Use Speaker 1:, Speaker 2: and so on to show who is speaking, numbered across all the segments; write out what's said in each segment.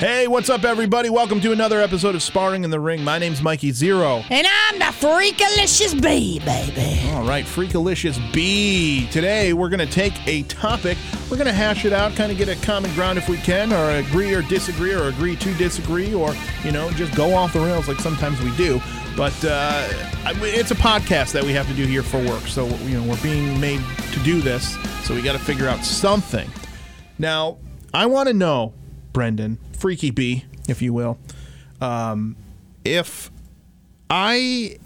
Speaker 1: Hey, what's up, everybody? Welcome to another episode of Sparring in the Ring. My name's Mikey Zero.
Speaker 2: And I'm the freakalicious bee, baby.
Speaker 1: All right, Freakalicious B. Today, we're going to take a topic. We're going to hash it out, kind of get a common ground if we can, or agree or disagree, or agree to disagree, or, you know, just go off the rails like sometimes we do. But uh, I mean, it's a podcast that we have to do here for work. So, you know, we're being made to do this. So we got to figure out something. Now, I want to know, Brendan, Freaky B, if you will, um, if I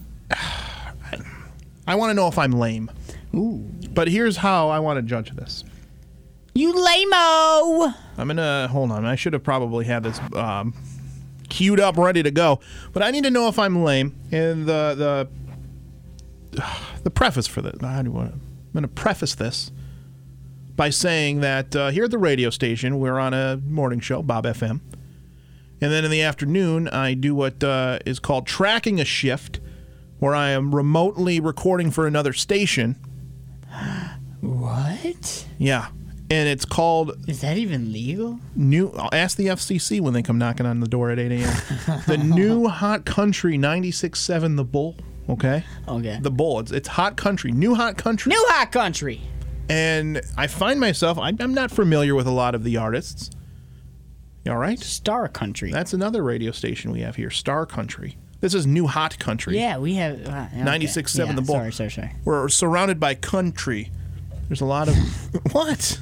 Speaker 1: I want to know if I'm lame. Ooh. But here's how I want to judge this.
Speaker 2: You lameo.
Speaker 1: I'm gonna hold on. I should have probably had this um, queued up, ready to go. But I need to know if I'm lame. And the the the preface for this. I do want. I'm gonna preface this by saying that uh, here at the radio station, we're on a morning show, Bob FM, and then in the afternoon, I do what uh, is called tracking a shift, where I am remotely recording for another station.
Speaker 2: What?
Speaker 1: Yeah. And it's called
Speaker 2: Is that even legal?
Speaker 1: new I'll ask the FCC when they come knocking on the door at 8 a.m. the new Hot Country 96.7 The Bull. Okay.
Speaker 2: Okay.
Speaker 1: The Bull. It's, it's Hot Country. New Hot Country.
Speaker 2: New hot country.
Speaker 1: And I find myself, I, I'm not familiar with a lot of the artists. You All right.
Speaker 2: Star country.
Speaker 1: That's another radio station we have here, Star Country. This is New Hot Country.
Speaker 2: yeah, we have uh, okay.
Speaker 1: 96.7
Speaker 2: yeah,
Speaker 1: The Bull.
Speaker 2: Sorry, sorry, sorry.
Speaker 1: We're surrounded by country. There's a lot of. what?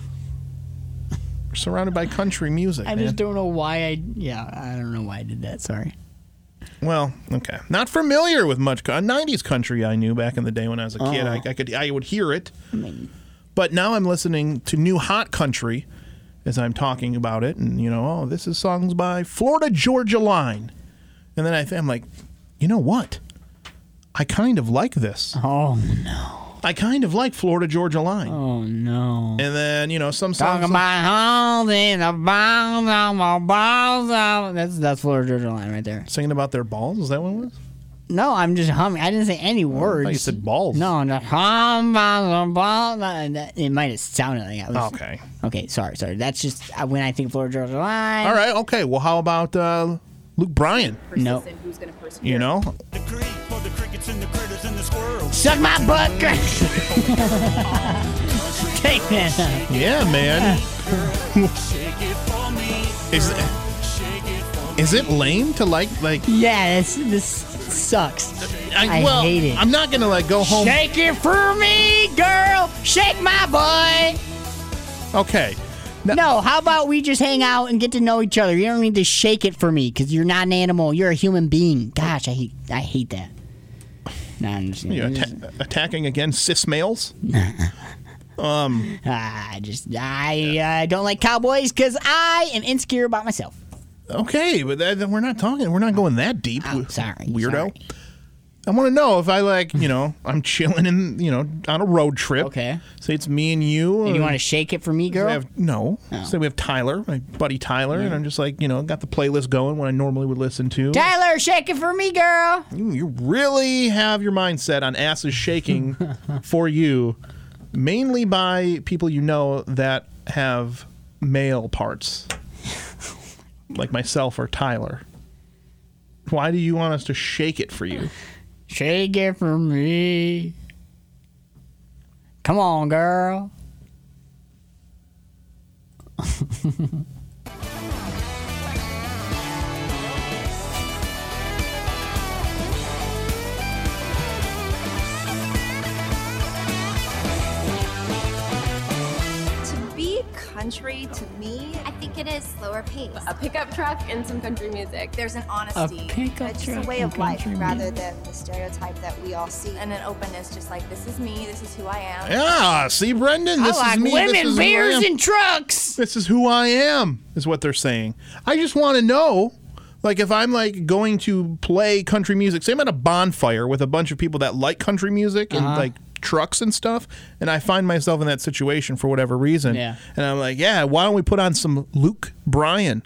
Speaker 1: We're surrounded by country music.
Speaker 2: I
Speaker 1: man.
Speaker 2: just don't know why I. Yeah, I don't know why I did that. Sorry.
Speaker 1: Well, okay. Not familiar with much co- 90s country I knew back in the day when I was a kid. I,
Speaker 2: Oh.
Speaker 1: I could I would hear it. But now I'm listening to new hot country as I'm talking about it and you know, oh, this is songs by Florida Georgia Line. And then I th- I'm like, you know what? I kind of like this.
Speaker 2: Oh no.
Speaker 1: I kind of like Florida Georgia Line.
Speaker 2: Oh no.
Speaker 1: And then, you know, some songs
Speaker 2: Talking about holding the balls on my balls on. That's that's Florida Georgia line right there.
Speaker 1: singing about their balls, is that what it was?
Speaker 2: No, I'm just humming. I didn't say any
Speaker 1: Oh, I
Speaker 2: words.
Speaker 1: thought you said balls.
Speaker 2: No, no. Hum, bum, bum, bum, bum. That- It might have sounded like I was.
Speaker 1: Okay.
Speaker 2: Okay, sorry, sorry. That's just uh, when I think Florida Georgia Line.
Speaker 1: All right, okay. Well, how about uh, Luke Bryan?
Speaker 2: No.
Speaker 3: persistent, who's going to persevere.
Speaker 1: You know,
Speaker 4: The creek for the crickets and the critters and the squirrels.
Speaker 2: Suck my butt, Chris. Take that. out.
Speaker 1: Yeah, man.
Speaker 4: Shake it for me.
Speaker 1: Is
Speaker 4: Shake it for me.
Speaker 1: is it lame to like like?
Speaker 2: Yeah, this this sucks. I
Speaker 1: well,
Speaker 2: hate it.
Speaker 1: I'm not gonna like go home.
Speaker 2: Shake it for me, girl. Shake my butt.
Speaker 1: Okay. No,
Speaker 2: No, how about we just hang out and get to know each other? You don't need to shake it for me because you're not an animal. You're a human being. Gosh, I hate I hate that. No, I'm just,
Speaker 1: you're atta- attacking again cis males.
Speaker 2: Ah, I just I uh, don't like cowboys because I am insecure about myself.
Speaker 1: Okay, but that, that- we're not talking. We're not going that deep.
Speaker 2: Oh,
Speaker 1: w-
Speaker 2: sorry,
Speaker 1: weirdo.
Speaker 2: sorry.
Speaker 1: I want to know if I like you know I'm chilling in you know on a road trip.
Speaker 2: Okay.
Speaker 1: Say it's me and you.
Speaker 2: And you Oh. want to shake it for me, girl?
Speaker 1: We have no. So we have Tyler, my buddy Tyler, and I'm just like you know got the playlist going when I normally would listen to.
Speaker 2: Tyler, shake it for me, girl.
Speaker 1: You- You really have your mindset on asses shaking for you, mainly by people you know that have male parts, like myself or Tyler. Why do you want us to shake it for you?
Speaker 2: Shake it for me. Come on, girl.
Speaker 3: To be country to me,
Speaker 5: I think it is slower pace.
Speaker 3: a pickup truck and some country music. There's
Speaker 5: There's an honesty,
Speaker 2: pickup
Speaker 5: uh, just a
Speaker 2: truck
Speaker 5: way
Speaker 2: and
Speaker 5: of life
Speaker 2: country
Speaker 5: rather than the stereotype that we all see, and an openness, just like this is me, this is who I am.
Speaker 1: Yeah, Ah, see, Brendan, this
Speaker 2: I
Speaker 1: is
Speaker 2: like
Speaker 1: me. this
Speaker 2: women,
Speaker 1: is who I
Speaker 2: beers,
Speaker 1: am.
Speaker 2: and trucks.
Speaker 1: this is who I am, is what they're saying. I just want to know, like, if I'm like going to play country music, say I'm at a bonfire with a bunch of people that like country music and like trucks and stuff, and I find myself in that situation for whatever reason,
Speaker 2: Yeah.
Speaker 1: and I'm like, yeah, why don't we put on some Luke Bryan?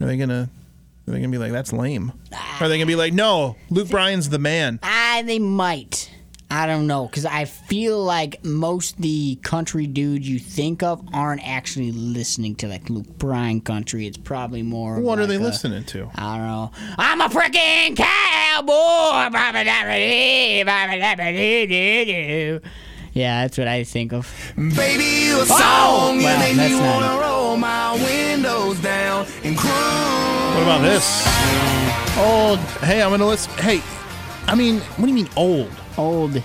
Speaker 1: Are they gonna? Are they gonna be like, that's lame? Are they gonna be like, no, Luke Bryan's the man?
Speaker 2: Ah, they might. I don't know, because I feel like most the country dudes you think of aren't actually listening to like Luke Bryan country. It's probably more. of
Speaker 1: What are
Speaker 2: like
Speaker 1: they
Speaker 2: a-
Speaker 1: listening to?
Speaker 2: I don't know. I'm a freaking cowboy. ba-ba-da-ba-dee, ba-ba-da-ba-dee-doo-doo. Yeah, that's what I think of.
Speaker 6: Baby, you a
Speaker 2: Oh!
Speaker 6: song you
Speaker 2: Well,
Speaker 6: made
Speaker 2: that's
Speaker 6: me
Speaker 2: not
Speaker 6: wanna roll my windows down and cry.
Speaker 1: What about this? Old. Hey, I'm gonna listen. Hey, I mean, what do you mean old?
Speaker 2: Old.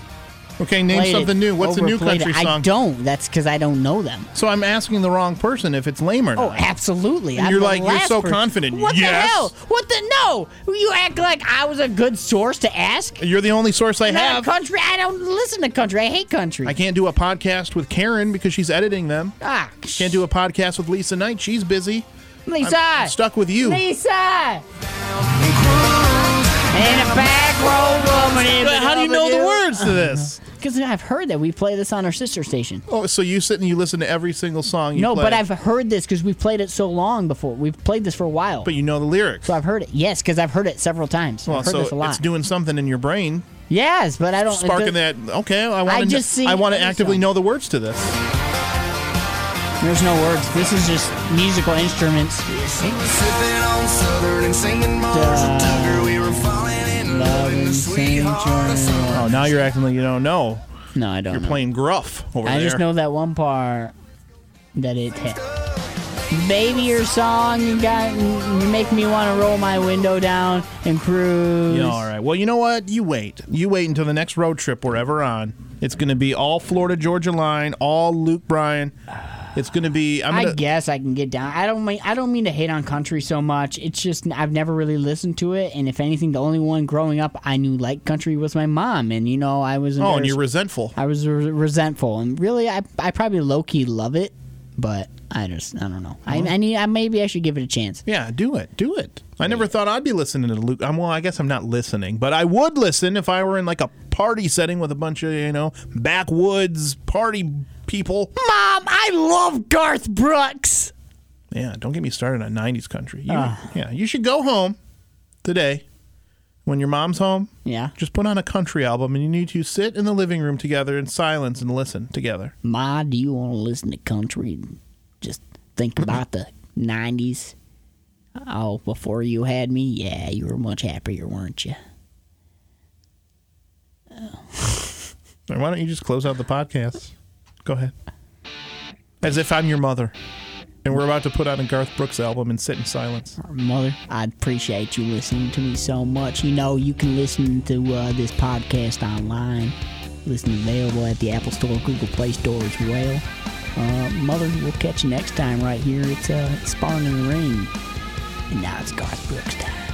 Speaker 1: Okay, name
Speaker 2: played it,
Speaker 1: something new. What's a new
Speaker 2: overplayed it.
Speaker 1: country song?
Speaker 2: I don't. That's because I don't know them.
Speaker 1: So I'm asking the wrong person if it's lame or
Speaker 2: Oh,
Speaker 1: not.
Speaker 2: absolutely.
Speaker 1: And
Speaker 2: I'm
Speaker 1: you're
Speaker 2: the
Speaker 1: like, you're
Speaker 2: last
Speaker 1: so
Speaker 2: person.
Speaker 1: confident.
Speaker 2: What
Speaker 1: Yes.
Speaker 2: the hell? What the no? You act like I was a good source to ask.
Speaker 1: You're the only source I
Speaker 2: Not
Speaker 1: have.
Speaker 2: country. I don't listen to country. I hate country.
Speaker 1: I can't do a podcast with Karen because she's editing them.
Speaker 2: ah,
Speaker 1: Can't do a podcast with Lisa Knight. She's busy.
Speaker 2: Lisa.
Speaker 1: I'm stuck with you.
Speaker 2: Lisa. And a back row woman. in
Speaker 1: But how do you know the
Speaker 2: Belvedere.
Speaker 1: words to this?
Speaker 2: Because I've heard that we play this on our sister station.
Speaker 1: Oh, so you sit and you listen to every single song you
Speaker 2: no,
Speaker 1: play,
Speaker 2: but I've heard this because we've played it so long before. We've played this for a while.
Speaker 1: but you know the lyrics.
Speaker 2: so I've heard it. Yes, because I've heard it several times.
Speaker 1: well,
Speaker 2: I've heard
Speaker 1: so
Speaker 2: this a lot.
Speaker 1: it's doing something in your brain,
Speaker 2: yes, but I don't. it
Speaker 1: sparking
Speaker 2: does-
Speaker 1: that. Okay, I want
Speaker 2: I
Speaker 1: to.
Speaker 2: just see
Speaker 1: I want to
Speaker 2: any
Speaker 1: actively
Speaker 2: song.
Speaker 1: know the words to this.
Speaker 2: There's no words. This is just musical instruments.
Speaker 6: Sipping on Southern and singing bars of Tucker. We were falling in love in the sweetheart of summer.
Speaker 1: Oh, now you're acting like you don't know.
Speaker 2: No, I don't.
Speaker 1: You're
Speaker 2: know.
Speaker 1: playing gruff over
Speaker 2: I
Speaker 1: there.
Speaker 2: just know that one part that it hit. Baby, your song you got you make me want to roll my window down and cruise.
Speaker 1: Yeah, all right. Well, you know what? You wait. You wait until the next road trip we're ever on. It's going to be all Florida Georgia line, all Luke Bryan. It's going to be. I'm
Speaker 2: I
Speaker 1: gonna,
Speaker 2: guess I can get down. I don't mean I don't mean to hate on country so much. It's just I've never really listened to it, and if anything, the only one growing up I knew like country was my mom, and you know I was.
Speaker 1: oh, and
Speaker 2: embarrassed.
Speaker 1: you're resentful.
Speaker 2: I was re- resentful, and really, I I probably low key love it, but I just I don't know. I, I need I maybe I should give it a chance.
Speaker 1: Yeah, do it. Do it. I never thought I'd be listening to Luke. I'm, well, I guess I'm not listening, but I would listen if I were in like a party setting with a bunch of, you know, backwoods party people.
Speaker 2: Mom, I love Garth Brooks.
Speaker 1: Yeah, don't get me started on 90s country. You,
Speaker 2: Ah.
Speaker 1: yeah, you should go home today when your mom's home.
Speaker 2: Yeah.
Speaker 1: Just put on a country album and you need to sit in the living room together in silence and listen together.
Speaker 2: Ma, do you want to listen to country and just think about the '90s? Oh, before you had me, yeah, you were much happier, weren't you?
Speaker 1: Or why don't you just close out the podcast? Go ahead. As if I'm your mother and we're about to put on a Garth Brooks album and sit in silence.
Speaker 2: Mother, I appreciate you listening to me so much. You know, you can listen to uh, this podcast online. Listen available at the Apple Store, Google Play Store as well. Uh, Mother, we'll catch you next time right here. It's uh, Sparring in the Ring. And now it's Garth Brooks time.